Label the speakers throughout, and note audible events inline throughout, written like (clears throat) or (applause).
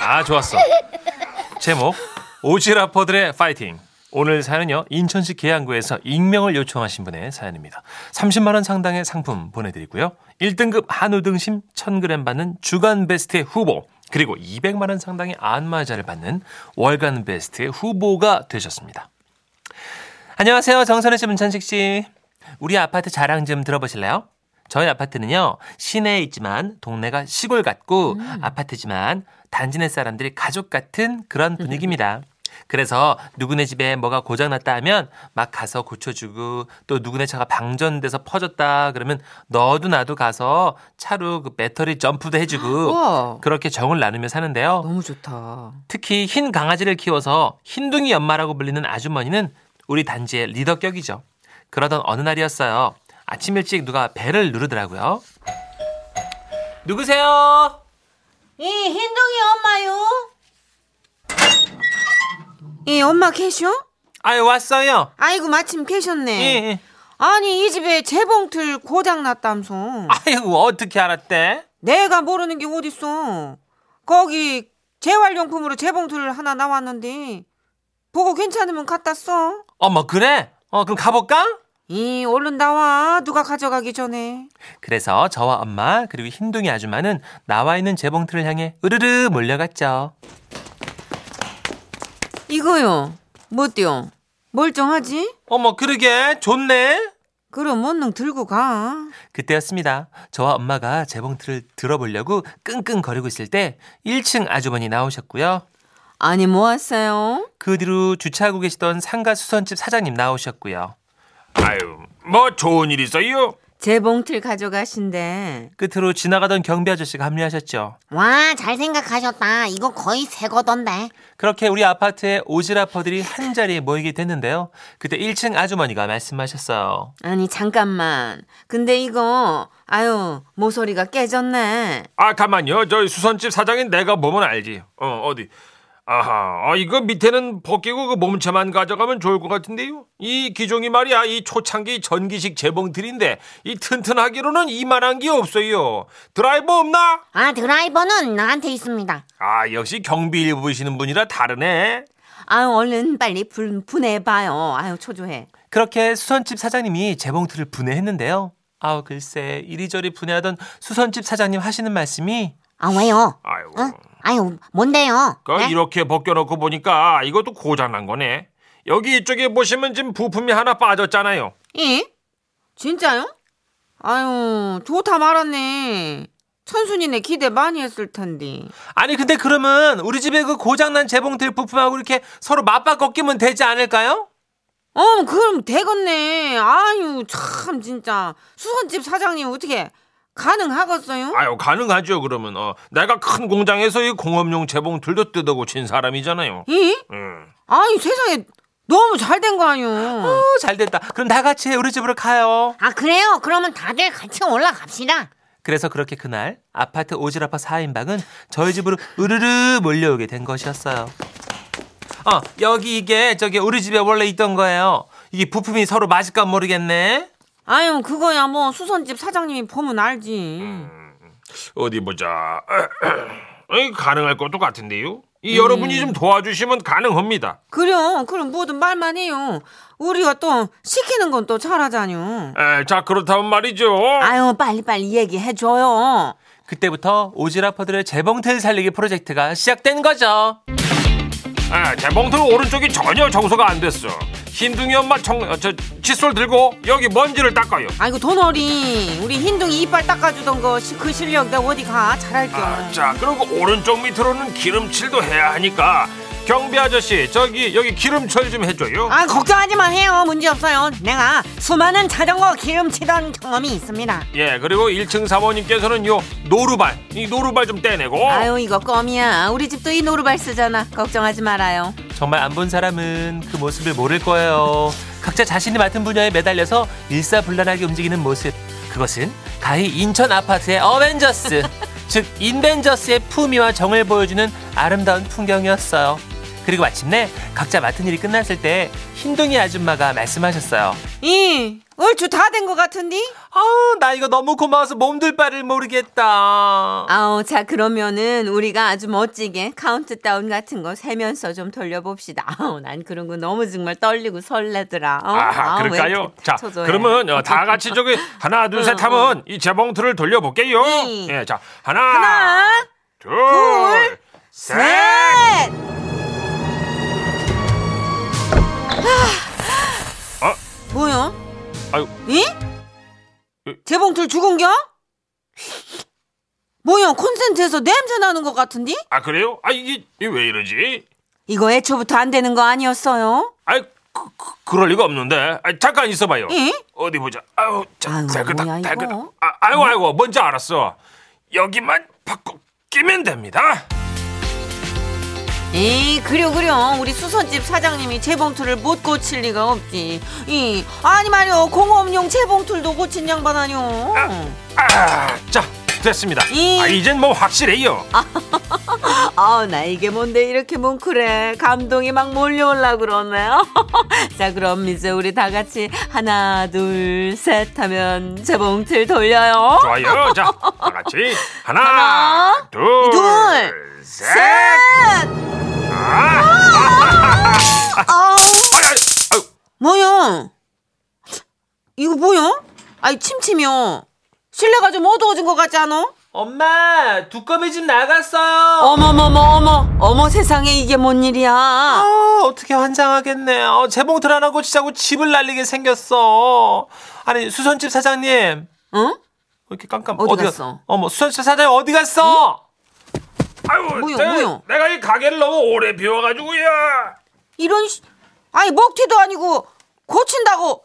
Speaker 1: 아, 좋았어. 제목 오지라퍼들의 파이팅. 오늘 사연은요 인천시 계양구에서 익명을 요청하신 분의 사연입니다. 30만 원 상당의 상품 보내드리고요. 1등급 한우 등심 1,000g 받는 주간 베스트의 후보 그리고 200만 원 상당의 안마자를 받는 월간 베스트의 후보가 되셨습니다. 안녕하세요 정선혜 씨 문찬식 씨. 우리 아파트 자랑 좀 들어보실래요? 저희 아파트는요 시내에 있지만 동네가 시골 같고
Speaker 2: 음.
Speaker 1: 아파트지만 단지 내 사람들이 가족 같은
Speaker 2: (laughs)
Speaker 1: 그런 분위기입니다. 그래서 누구네 집에 뭐가 고장났다 하면 막 가서 고쳐주고 또 누구네 차가 방전돼서 퍼졌다 그러면 너도 나도 가서 차로 그 배터리 점프도
Speaker 2: 우와.
Speaker 1: 해주고 그렇게 정을 나누며 사는데요.
Speaker 2: 너무 좋다.
Speaker 1: 특히 흰 강아지를 키워서 흰둥이 엄마라고 불리는 아주머니는 우리 단지의 리더격이죠. 그러던 어느 날이었어요. 아침 일찍 누가 벨을 누르더라고요. 누구세요?
Speaker 3: 이 흰둥이 엄마요.
Speaker 2: 이 엄마 계셔?
Speaker 1: 아유 왔어요.
Speaker 2: 아이고 마침
Speaker 1: 예,
Speaker 2: 계셨네.
Speaker 1: 예.
Speaker 2: 아니 이 집에 재봉틀 고장 났담소.
Speaker 1: 아이고 어떻게 알았대?
Speaker 2: 내가 모르는 게 어딨어. 거기 재활용품으로 재봉틀 하나 나왔는데 보고 괜찮으면 갖다 써.
Speaker 1: 어머 그래? 어 그럼 가볼까?
Speaker 2: 이 얼른 나와 누가 가져가기 전에.
Speaker 1: 그래서 저와 엄마 그리고 흰둥이 아줌마는 나와 있는 재봉틀을 향해 으르르 몰려갔죠.
Speaker 2: 이거요. 못돼요. 멀쩡하지?
Speaker 1: 어머 그러게 좋네.
Speaker 2: 그럼 얼른 들고 가.
Speaker 1: 그때였습니다. 저와 엄마가 재봉틀을 들어보려고 끙끙거리고 있을 때 1층 아주머니 나오셨고요.
Speaker 2: 아니 뭐 왔어요?
Speaker 1: 그 뒤로 주차하고 계시던 상가 수선집 사장님 나오셨고요.
Speaker 4: 아유, 뭐 좋은 일 있어요?
Speaker 2: 재봉틀 가져가신대.
Speaker 1: 끝으로 지나가던 경비 아저씨가 합류하셨죠.
Speaker 3: 와, 잘 생각하셨다. 이거 거의 새 거던데.
Speaker 1: 그렇게 우리 아파트의 오지라퍼들이 한 자리에 모이게 됐는데요. 그때 1층 아주머니가 말씀하셨어요.
Speaker 2: 아니 잠깐만. 근데 이거 아유 모서리가 깨졌네.
Speaker 4: 아, 가만요. 저 수선집 사장인 내가 보면 알지. 어, 어디? 아하, 아, 이거 밑에는 벗기고 그 몸체만 가져가면 좋을 것 같은데요. 이 기종이 말이야, 이 초창기 전기식 재봉틀인데 이 튼튼하기로는 이만한 게 없어요. 드라이버 없나?
Speaker 3: 아, 드라이버는 나한테 있습니다.
Speaker 4: 아, 역시 경비 일 보시는 분이라 다르네.
Speaker 2: 아유 얼른 빨리 분, 분해봐요. 아유 초조해.
Speaker 1: 그렇게 수선집 사장님이 재봉틀을 분해했는데요. 아우 글쎄 이리저리 분해하던 수선집 사장님 하시는 말씀이
Speaker 3: 아, 왜요?
Speaker 4: 아유,
Speaker 3: 어? 아유, 뭔데요?
Speaker 4: 그
Speaker 3: 네?
Speaker 4: 이렇게 벗겨놓고 보니까 이것도 고장난 거네. 여기 이쪽에 보시면 지금 부품이 하나 빠졌잖아요.
Speaker 2: 이? 예? 진짜요? 아유 좋다 말았네. 천순이네 기대 많이 했을 텐데.
Speaker 1: 아니 근데 그러면 우리 집에 그 고장난 재봉틀 부품하고 이렇게 서로 맞바 꺾이면 되지 않을까요?
Speaker 2: 어 그럼 되겠네. 아유 참 진짜 수선집 사장님 어떻게 가능하겠어요?
Speaker 4: 아유 가능하죠 그러면 어 내가 큰 공장에서 이 공업용 재봉틀도 뜯어고친 사람이잖아요.
Speaker 2: 이?
Speaker 4: 음.
Speaker 2: 아니 세상에 너무 잘 된 거 아니요.
Speaker 1: 어, 잘 됐다. 그럼 다 같이 우리 집으로 가요.
Speaker 3: 아, 그래요? 그러면 다들 같이 올라갑시다.
Speaker 1: 그래서 그렇게 그날 아파트 오지라파 4인방은 저희 집으로 으르르 몰려오게 된 것이었어요. 어, 여기 이게 저기 우리 집에 원래 있던 거예요. 이게 부품이 서로 맞을까 모르겠네.
Speaker 2: 아유 그거야 뭐 수선집 사장님이 보면 알지.
Speaker 4: 어디 보자. (clears throat) 에이, 가능할 것도 같은데요. 이 여러분이 좀 도와주시면 가능합니다.
Speaker 2: 그래요. 그럼 뭐든 말만 해요. 우리가 또 시키는 건 또 잘하잖요.
Speaker 4: 에, 자 그렇다면 말이죠.
Speaker 2: 아유 빨리빨리 얘기해줘요.
Speaker 1: 그때부터 오지라퍼들의 재봉틀 살리기 프로젝트가 시작된 거죠.
Speaker 4: 에, 재봉틀 오른쪽이 전혀 정서가 안 됐어. 흰둥이 엄마 청, 어, 저, 칫솔 들고 여기 먼지를 닦아요.
Speaker 2: 아이고 도널이 우리 흰둥이 이빨 닦아주던 거 그 실력 나 어디 가 잘할게.
Speaker 4: 아, 자 그리고 오른쪽 밑으로는 기름칠도 해야 하니까 경비 아저씨 저기 여기 기름칠 좀 해줘요.
Speaker 2: 아 걱정하지 마세요. 문제 없어요. 내가 수많은 자전거 기름치던 경험이 있습니다.
Speaker 4: 예, 그리고 1층 사모님께서는 요 노루발, 이 노루발 좀 떼내고.
Speaker 2: 아유 이거 껌이야. 우리 집도 이 노루발 쓰잖아. 걱정하지 말아요.
Speaker 1: 정말 안 본 사람은 그 모습을 모를 거예요. 각자 자신이 맡은 분야에 매달려서 일사불란하게 움직이는 모습. 그것은 가히 인천 아파트의 어벤져스, 즉 인벤져스의 품위와 정을 보여주는 아름다운 풍경이었어요. 그리고 마침내 각자 맡은 일이 끝났을 때 흰둥이 아줌마가 말씀하셨어요.
Speaker 2: 이
Speaker 5: 얼추 다 된 것 같은데?
Speaker 1: 아우, 나 이거 너무 고마워서 몸둘 바를 모르겠다.
Speaker 2: 아우, 자, 그러면은 우리가 아주 멋지게 카운트다운 같은 거 세면서 좀 돌려봅시다. 아우, 난 그런 거 너무 정말 떨리고 설레더라. 어?
Speaker 4: 아,
Speaker 2: 아우, 왜
Speaker 4: 그럴까요?
Speaker 2: 이렇게
Speaker 4: 자,
Speaker 2: 초조해.
Speaker 4: 그러면 어, 다 같이 저기 하나, 둘, 셋 하면 이 재봉틀을 돌려볼게요.
Speaker 2: 어. 네.
Speaker 4: 예, 자, 하나,
Speaker 2: 하나,
Speaker 4: 둘,
Speaker 2: 둘,
Speaker 4: 셋.
Speaker 2: 셋!
Speaker 4: 어?
Speaker 5: 뭐야?
Speaker 4: 아유.
Speaker 5: 이?
Speaker 4: 으.
Speaker 5: 재봉틀 죽은겨? 뭐야 콘센트에서 냄새 나는 것 같은데?
Speaker 4: 아, 그래요? 아, 이게 이게 왜 이러지?
Speaker 5: 이거 애초부터 안 되는 거 아니었어요?
Speaker 4: 아, 그, 그, 그럴 리가 없는데. 아, 잠깐 있어봐요.
Speaker 5: 예?
Speaker 4: 어디 보자. 아유, 자,
Speaker 2: 아유, 뭐야,
Speaker 4: 달그닥,
Speaker 2: 이거?
Speaker 4: 달그닥. 아, 아이고, 아이고, 뭔지 알았어. 여기만 바꿔 끼면 됩니다.
Speaker 5: 이 그려 그려 우리 수선집 사장님이 재봉틀을 못 고칠 리가 없지. 이 아니 말이요 공업용 재봉틀도 고친 양반 아니오.
Speaker 4: 아, 자, 됐습니다.
Speaker 5: 이.
Speaker 4: 아, 이젠 뭐 확실해요.
Speaker 5: 어,
Speaker 2: 아우 나 이게 뭔데 이렇게 뭉클해 감동이 막 몰려올라
Speaker 5: (laughs)
Speaker 2: 그러네요 자 그럼 이제 우리 다 같이 하나 둘 셋 하면 재봉틀 돌려요
Speaker 4: 좋아요. 자, 다 같이 하나,
Speaker 2: 하나,
Speaker 4: 둘,
Speaker 2: 둘,
Speaker 4: 셋. 아, 아유,
Speaker 5: 아! 뭐야? 이거 뭐야? 아이 침침이요. 실내가 좀 어두워진 것 같지 않아?
Speaker 1: 엄마, 두꺼비 집 나갔어요.
Speaker 2: 어머머머 어머 어머 세상에 이게 뭔 일이야
Speaker 1: 아, 어떻게 환장하겠네. 어, 재봉틀 하나 고치자고 집을 날리게 생겼어. 아니, 수선집 사장님.
Speaker 2: 응?
Speaker 1: 왜 이렇게 깜깜.
Speaker 2: 어디
Speaker 1: 어디가-
Speaker 2: 갔어?
Speaker 1: 어머, 수선집 사장님 어디 갔어?
Speaker 4: 아유,
Speaker 5: 뭐요,
Speaker 4: 내,
Speaker 5: 뭐요?
Speaker 4: 내가 이 가게를 너무 오래 비워가지고요.
Speaker 5: 이런 씨, 아니 먹튀도 아니고 고친다고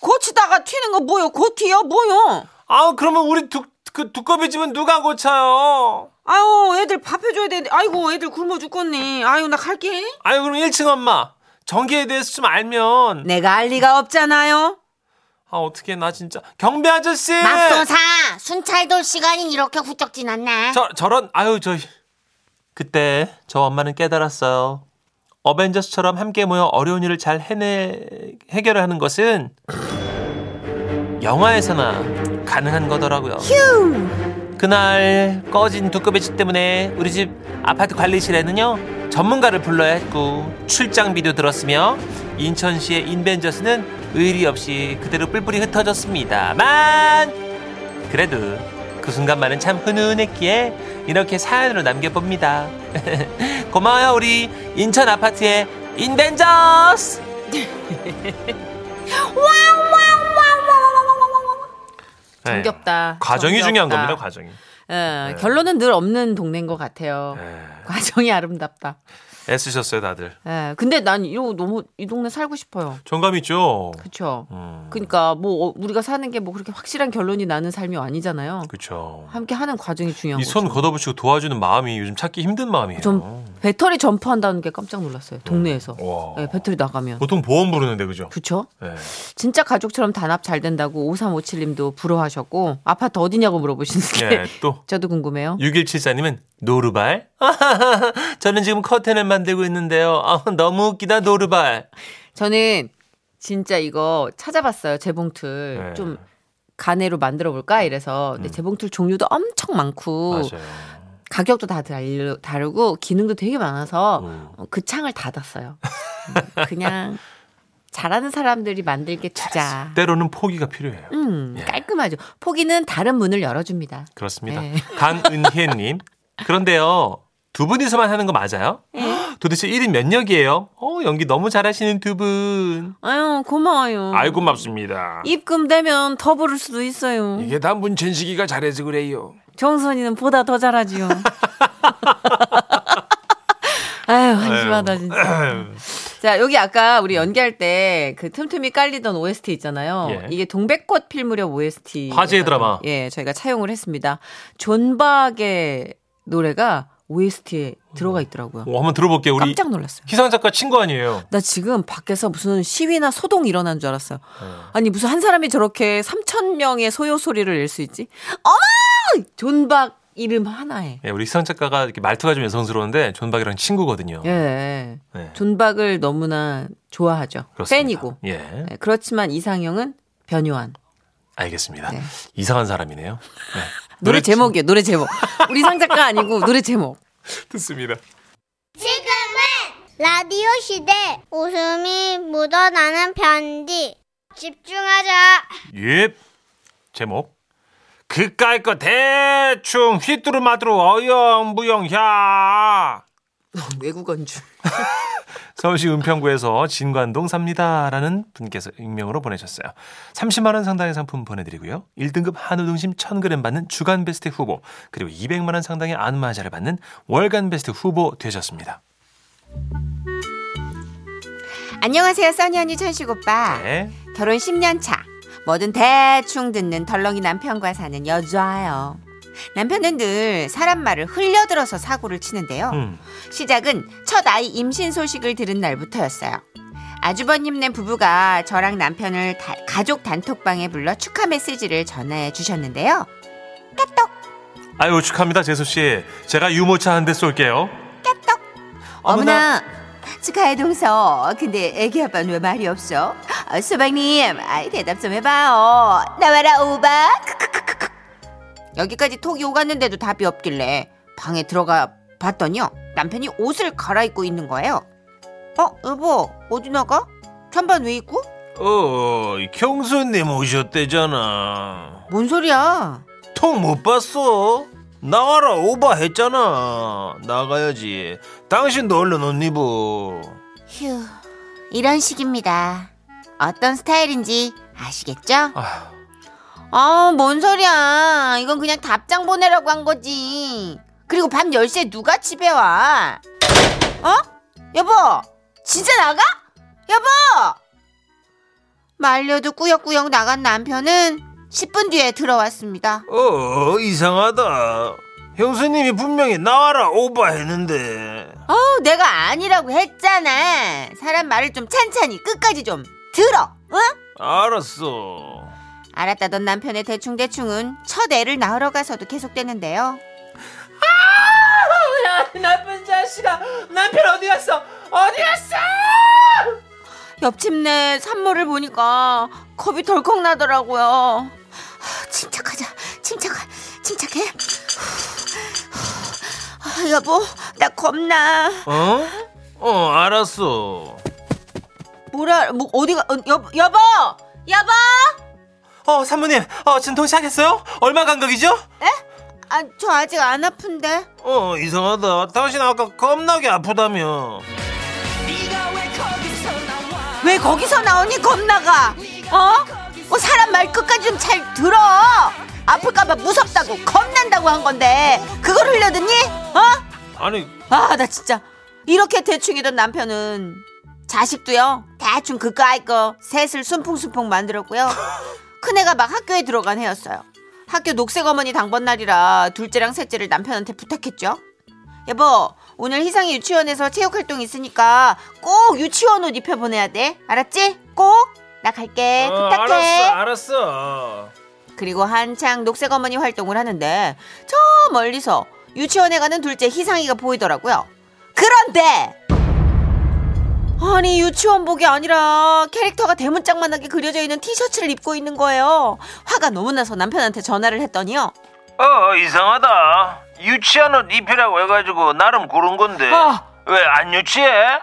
Speaker 5: 고치다가 튀는 거 뭐요? 고튀요? 뭐요?
Speaker 1: 아우, 그러면 우리 두, 그 두꺼비 집은 누가 고쳐요?
Speaker 5: 아유 애들 밥 해줘야 되는데 아이고 애들 굶어 죽겠네. 아유 나 갈게.
Speaker 1: 아유, 그럼 1층 엄마. 전기에 대해서 좀 알면.
Speaker 5: 내가 알 리가 없잖아요.
Speaker 1: 아, 어떻게 나 진짜. 경배 아저씨!
Speaker 3: 맙소사 순찰 돌 시간이 이렇게 훌쩍 지났네
Speaker 1: 저, 저런, 아유, 저. 그때 저 엄마는 깨달았어요. 어벤져스처럼 함께 모여 어려운 일을 잘 해내, 해결을 하는 것은 영화에서나 가능한 거더라고요. 그날 꺼진 두꺼비 집 때문에 우리 집 아파트 관리실에는요, 전문가를 불러야 했고, 출장비도 들었으며, 인천시의 인벤져스는 의리 없이 그대로 뿔뿔이 흩어졌습니다만, 그래도 그 순간만은 참 훈훈했기에 이렇게 사연으로 남겨봅니다. (laughs) 고마워요 우리 인천 아파트의 인벤져스.
Speaker 2: 네. 정겹다
Speaker 1: 네. 과정이
Speaker 2: 정겹다.
Speaker 1: 중요한 겁니다. 과정이. 네.
Speaker 2: 예, 결론은 늘 없는 동네인 것 같아요 과정이 아름답다
Speaker 1: 애쓰셨어요 다들.
Speaker 2: 예, 근데 난 이거 너무 이 동네 살고 싶어요
Speaker 1: 정감 있죠.
Speaker 2: 그쵸
Speaker 1: 음,
Speaker 2: 그러니까 뭐 어, 우리가 사는 게 뭐 그렇게 확실한 결론이 나는 삶이 아니잖아요
Speaker 1: 그렇죠.
Speaker 2: 함께 하는 과정이 중요한
Speaker 1: 이 손
Speaker 2: 거죠
Speaker 1: 걷어붙이고 도와주는 마음이 요즘 찾기 힘든 마음이에요.
Speaker 2: 좀 배터리 점프한다는 게 깜짝 놀랐어요. 동네에서.
Speaker 1: 와.
Speaker 2: 예, 배터리 나가면.
Speaker 1: 보통 보험 부르는데 그죠?
Speaker 2: 그쵸?
Speaker 1: 네.
Speaker 2: 진짜 가족처럼 단합 잘 된다고 5357님도 부러워하셨고 아파트 어디냐고 물어보시는 게
Speaker 1: 예, 또
Speaker 2: (laughs) 저도 궁금해요.
Speaker 1: 6174님은 노르발. (laughs) 저는 지금 커튼을 만들고 있는데요. 아, 너무 웃기다 노르발.
Speaker 2: 저는 진짜 이거 찾아봤어요. 재봉틀
Speaker 1: 네. 음.
Speaker 2: 좀 가내로 만들어 볼까 이래서 근데 재봉틀 종류도 엄청 많고
Speaker 1: 맞아요.
Speaker 2: 가격도 다 다르- 다르고 기능도 되게 많아서
Speaker 1: 음.
Speaker 2: 어, 그 창을 닫았어요. 음, 그냥 잘하는 사람들이 만들게 주자.
Speaker 1: 때로는 포기가 필요해요.
Speaker 2: 음,
Speaker 1: 예.
Speaker 2: 깔끔하죠. 포기는 다른 문을 열어줍니다.
Speaker 1: 그렇습니다.
Speaker 2: 네. (laughs)
Speaker 1: 강은혜님. 그런데요. 두 분이서만 하는 거 맞아요?
Speaker 2: 네.
Speaker 1: 도대체 1인 몇 역이에요? 어, 연기 너무 잘하시는 두 분.
Speaker 2: 아유, 고마워요.
Speaker 4: 아이 고맙습니다.
Speaker 2: 입금되면 더 부를 수도
Speaker 1: 예.
Speaker 2: 있어요.
Speaker 4: 이게 다 문천식이가 잘해서 그래요.
Speaker 2: 정선이는 보다 더
Speaker 1: (laughs)
Speaker 2: 잘하지요. 아유, 한심하다, 진짜. 자, 여기 아까 우리 연기할 때 그 틈틈이 깔리던 OST 있잖아요.
Speaker 1: 예.
Speaker 2: 이게 동백꽃 필무렵 OST.
Speaker 1: 화제의 드라마.
Speaker 2: 예, 저희가 차용을 했습니다. 존박의 노래가 OST에 들어가 있더라고요.
Speaker 1: 어, 한번 들어볼게요. 우리
Speaker 2: 깜짝 놀랐어요.
Speaker 1: 희상 작가 친구 아니에요?
Speaker 2: 나 지금 밖에서 무슨 시위나 소동 일어난 줄 알았어요. 아니 무슨 한 사람이 저렇게 3천 명의 소요 소리를 낼 수 있지? 어머! 존박 이름 하나에.
Speaker 1: 예, 우리 희상 작가가 이렇게 말투가 좀 여성스러운데 존박이랑 친구거든요.
Speaker 2: 예.
Speaker 1: 네.
Speaker 2: 존박을 너무나 좋아하죠.
Speaker 1: 그렇습니다.
Speaker 2: 팬이고.
Speaker 1: 예.
Speaker 2: 예, 그렇지만 이상형은 변요한.
Speaker 1: 알겠습니다.
Speaker 2: 네.
Speaker 1: 이상한 사람이네요. 네.
Speaker 2: 노래 제목이에요. 노래 제목. 우리 상작가 아니고 노래 제목.
Speaker 1: 듣습니다.
Speaker 6: 지금은 라디오 시대 웃음이 묻어나는 편지 집중하자
Speaker 1: 옙. 제목.
Speaker 4: 그까이 거 대충 휘뚜루마뚜루 어영부영야.
Speaker 2: (laughs) 외국어인 줄.
Speaker 1: 서울시 은평구에서 진관동 삽니다라는 분께서 익명으로 보내셨어요. 30만 원 상당의 상품 보내드리고요. 1등급 한우 등심 1,000g 받는 주간 베스트 후보 그리고 200만 원 상당의 안마자를 받는 월간 베스트 후보 되셨습니다.
Speaker 2: 안녕하세요. 써니 언니 천식 오빠.
Speaker 1: 네.
Speaker 2: 결혼 10년 차. 뭐든 대충 듣는 덜렁이 남편과 사는 여자예요. 남편은 늘 사람 말을 흘려들어서 사고를 치는데요.
Speaker 1: 음.
Speaker 2: 시작은 첫 아이 임신 소식을 들은 날부터였어요. 아주버님 네 부부가 저랑 남편을 다- 가족 단톡방에 불러 축하 메시지를 전해 주셨는데요.
Speaker 1: 아유 축하합니다 제수 씨. 제가 유모차 한 대 쏠게요.
Speaker 2: 어머나, 축하해 동서. 근데 애기 아빠는 왜 말이 없어? 어, 수박님, 아이 대답 좀 해봐요. 나와라 오바. 크크크크크. 여기까지 톡이 오갔는데도 답이 없길래 방에 들어가 봤더니요 남편이 옷을 갈아입고 있는 거예요. 어, 여보 어디 나가? 잠반 왜 입고?
Speaker 4: 어, 경수님 오셨대잖아.
Speaker 2: 뭔 소리야?
Speaker 4: 통 못 봤어? 나와라 오바 했잖아. 나가야지. 당신도 얼른 옷 입어.
Speaker 3: 휴, 이런 식입니다. 어떤 스타일인지 아시겠죠?
Speaker 1: 아휴.
Speaker 3: 아, 뭔 소리야. 이건 그냥 답장 보내라고 한 거지. 그리고 밤 10시에 누가 집에 와? 어?
Speaker 2: 여보,
Speaker 3: 진짜 나가? 여보! 말려도 꾸역꾸역 나간 남편은 10분 뒤에 들어왔습니다.
Speaker 4: 어, 이상하다. 형수님이 분명히 나와라 오바 했는데.
Speaker 2: 어, 내가 아니라고 했잖아. 사람 말을 좀 찬찬히 끝까지 좀 들어. 응?
Speaker 4: 알았어.
Speaker 2: 알았다던 남편의 대충대충은 첫 애를 낳으러 가서도 계속되는데요. 아! 야, 나쁜 자식아! 남편 어디 갔어? 어디 갔어? 옆집 내 산모를 보니까 겁이 덜컥 나더라고요. 아, 침착하자. 침착하. 침착해. 아, 여보, 나 겁나.
Speaker 4: 어? 어, 알았어.
Speaker 2: 뭐라 뭐 어디가 어, 여, 여보! 여보!
Speaker 1: 어 사모님 어 진통 시작했어요? 얼마 간격이죠?
Speaker 2: 아, 저 아직 안 아픈데.
Speaker 4: 어, 이상하다. 당신 아까 겁나게 아프다며.
Speaker 2: 왜 거기서 나오니 겁나가? 어? 어, 사람 말 끝까지 좀 잘 들어. 아플까봐 무섭다고 겁난다고 한 건데 그걸 흘려듣니? 어?
Speaker 4: 아니,
Speaker 2: 아 나 진짜 이렇게 대충이던 남편은 자식도요 대충 그까이 거 셋을 순풍순풍 만들었고요. 큰애가 막 학교에 들어간 해였어요. 학교 녹색 어머니 당번 날이라 둘째랑 셋째를 남편한테 부탁했죠. 여보 오늘 희상이 유치원에서 체육활동 있으니까 꼭 유치원 옷 입혀보내야 돼 알았지? 꼭 나 갈게 네,
Speaker 4: 어,
Speaker 2: 부탁해
Speaker 4: 알았어, 알았어.
Speaker 2: 그리고 한창 녹색 어머니 활동을 하는데 저 멀리서 유치원에 가는 둘째 희상이가 보이더라고요 그런데 아니 유치원복이 아니라 캐릭터가 대문짝만하게 그려져 있는 티셔츠를 입고 있는 거예요 화가 너무 나서 남편한테 전화를 했더니요
Speaker 4: 어, 이상하다. 유치한 옷 입히라고 해가지고 나름 고른 건데.
Speaker 2: 아.
Speaker 1: 아,
Speaker 4: 왜 안 유치해?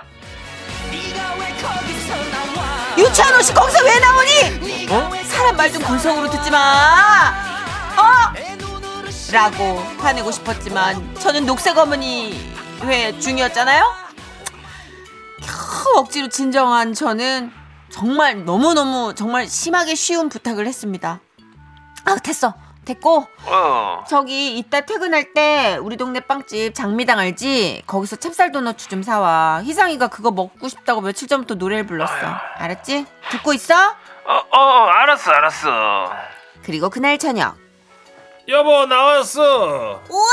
Speaker 2: 유치한 옷이 거기서 왜 나오니? 사람 말 좀 건성으로 듣지 마. 어? 라고 화내고 싶었지만 저는 녹색 어머니 회 중이었잖아요. 겨우 억지로 진정한 저는 정말 너무너무 정말 심하게 쉬운 부탁을 했습니다. 아 됐어 됐고
Speaker 4: 어.
Speaker 2: 저기 이따 퇴근할 때 우리 동네 빵집 장미당 알지? 거기서 찹쌀 도너츠 좀 사와. 희상이가 그거 먹고 싶다고 며칠 전부터 노래를 불렀어. 알았지? 듣고 있어?
Speaker 4: 어, 어, 알았어, 알았어.
Speaker 2: 그리고 그날 저녁
Speaker 4: 여보, 나왔어.
Speaker 3: 우와,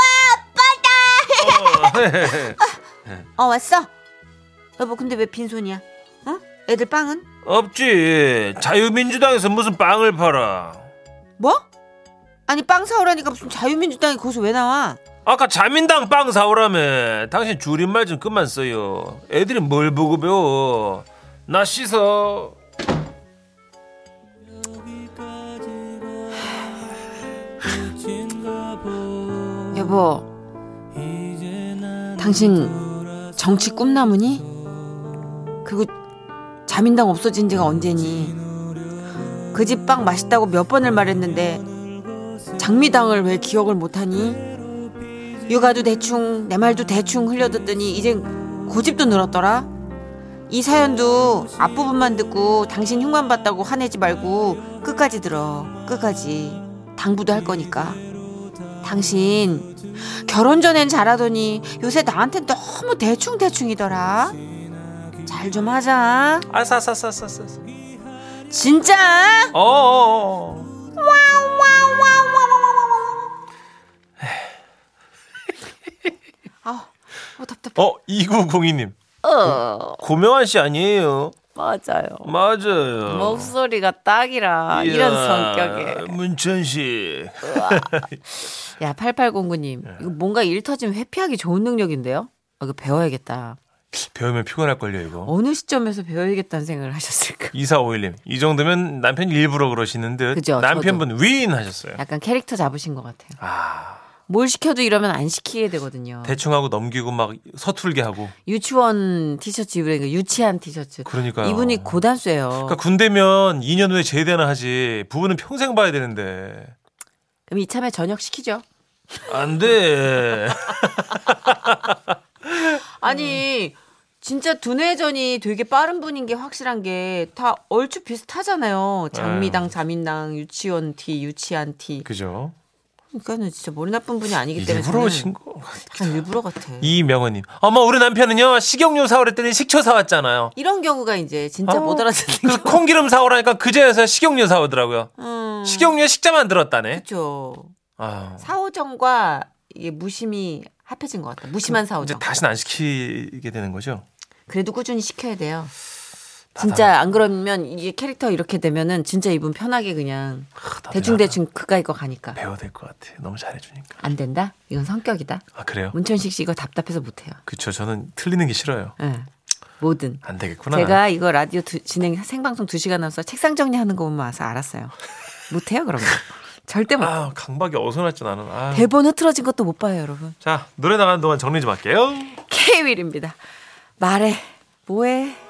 Speaker 2: (laughs) 어 왔어? 여보 근데 왜 빈손이야? 응? 애들 빵은?
Speaker 4: 없지. 자유민주당에서 무슨 빵을 팔아.
Speaker 2: 뭐? 아니 빵 사오라니까 무슨 자유민주당이 거기서 왜 나와?
Speaker 4: 아까 자민당 빵 사오라며. 당신 줄임말 좀 그만 써요. 애들이 뭘 어, 보고 배워. 나 씻어.
Speaker 5: 여보, 당신 정치 꿈나무니? 그리고 자민당 없어진 지가 언제니? 그 집 빵 맛있다고 몇 번을 말했는데 장미당을 왜 기억을 못하니? 육아도 대충 내 말도 대충 흘려듣더니 이젠 그 고집도 늘었더라. 이 사연도 앞부분만 듣고 당신 흉만 봤다고 화내지 말고 끝까지 들어. 끝까지. 당부도 할 거니까. 당신 결혼 전엔 잘하더니 요새 나한테 너무 대충대충이더라. 잘 좀 하자.
Speaker 1: 아싸싸싸싸싸.
Speaker 5: 진짜?
Speaker 1: 어. 어, 어.
Speaker 5: 아, 어, 답답해.
Speaker 1: 어, 2902님.
Speaker 2: 어,
Speaker 1: 고명환 씨 아니에요.
Speaker 2: 맞아요.
Speaker 1: 맞아요.
Speaker 2: 목소리가 뭐, 아, 딱이라
Speaker 1: 어. 이야,
Speaker 2: 이런 성격에.
Speaker 1: 문천 씨.
Speaker 2: 야, 8809님. 이거 뭔가 일 터지면 회피하기 좋은 능력인데요? 아, 이거 배워야겠다.
Speaker 1: 배우면 피곤할 걸요, 이거.
Speaker 2: 어느 시점에서 배워야겠다는 생각을 하셨을까?
Speaker 1: 네. 2451님. 이 정도면 남편 일부러 그러시는 듯
Speaker 2: 그죠,
Speaker 1: 남편분 위인 하셨어요.
Speaker 2: 약간 캐릭터 잡으신 것 같아요.
Speaker 1: 아,
Speaker 2: 뭘 시켜도 이러면 안 시키게 되거든요.
Speaker 1: 대충 하고 넘기고 막 서툴게 하고.
Speaker 2: 유치원 티셔츠 입으니까 유치한 티셔츠.
Speaker 1: 그러니까요.
Speaker 2: 이분이 고단수예요.
Speaker 1: 그러니까 군대면 2년 후에 제대나 하지. 부부는 평생 봐야 되는데.
Speaker 2: 그럼 이참에 저녁 시키죠.
Speaker 1: 안 돼.
Speaker 2: 아니 네. 진짜 두뇌전이 되게 빠른 분인 게 확실한 게 다 얼추 비슷하잖아요.
Speaker 1: 네.
Speaker 2: 장미당, 자민당, 유치원 티, 유치한 티.
Speaker 1: (laughs) 그죠?
Speaker 2: 그러니까는 진짜 머리 나쁜 분이 아니기 때문에
Speaker 1: 일부러
Speaker 2: 저는
Speaker 1: 오신 거.
Speaker 2: 약간 일부러 같아.
Speaker 1: 이명원님. 어머, 우리 남편은요, 식용유 사오랬더니 식초 사왔잖아요.
Speaker 2: 이런 경우가 이제 진짜
Speaker 1: 어,
Speaker 2: 못 알아듣는
Speaker 1: 그래서 콩기름 사오라니까 그제서야 식용유 사오더라고요.
Speaker 2: 음,
Speaker 1: 식용유에 식자만 들었다네.
Speaker 2: 그렇죠.
Speaker 1: 아
Speaker 2: 사오정과 이게 무심이 합해진 것 같아. 무심한
Speaker 1: 그 이제
Speaker 2: 사오정.
Speaker 1: 다시는 안 시키게 되는 거죠?
Speaker 2: 그래도 꾸준히 시켜야 돼요. 진짜 안 그러면 이게 캐릭터 이렇게 되면은 진짜 이분 편하게 그냥
Speaker 1: 다들 네.
Speaker 2: 대충 대충 그가 이거 가니까
Speaker 1: 배워야 될 것 같아. 너무 잘해주니까.
Speaker 2: 안 된다. 이건 성격이다.
Speaker 1: 아 그래요?
Speaker 2: 문천식 씨 이거 답답해서 못해요.
Speaker 1: 그쵸. 저는 틀리는 게 싫어요.
Speaker 2: 예. 뭐든.
Speaker 1: 안 되겠구나.
Speaker 2: 제가 이거 라디오 두- 진행 생방송 2시간 하면서 책상 정리하는 거 보면 와서 알았어요. 못해요
Speaker 1: (laughs)
Speaker 2: 그런 거. 절대 못.
Speaker 1: 아 강박이 어디서 났지 나는. 아.
Speaker 2: 대본 흐트러진 것도 못 봐요 여러분.
Speaker 1: 자 노래 나가는 동안 정리 좀 할게요.
Speaker 2: K 윌입니다. 말해 뭐해.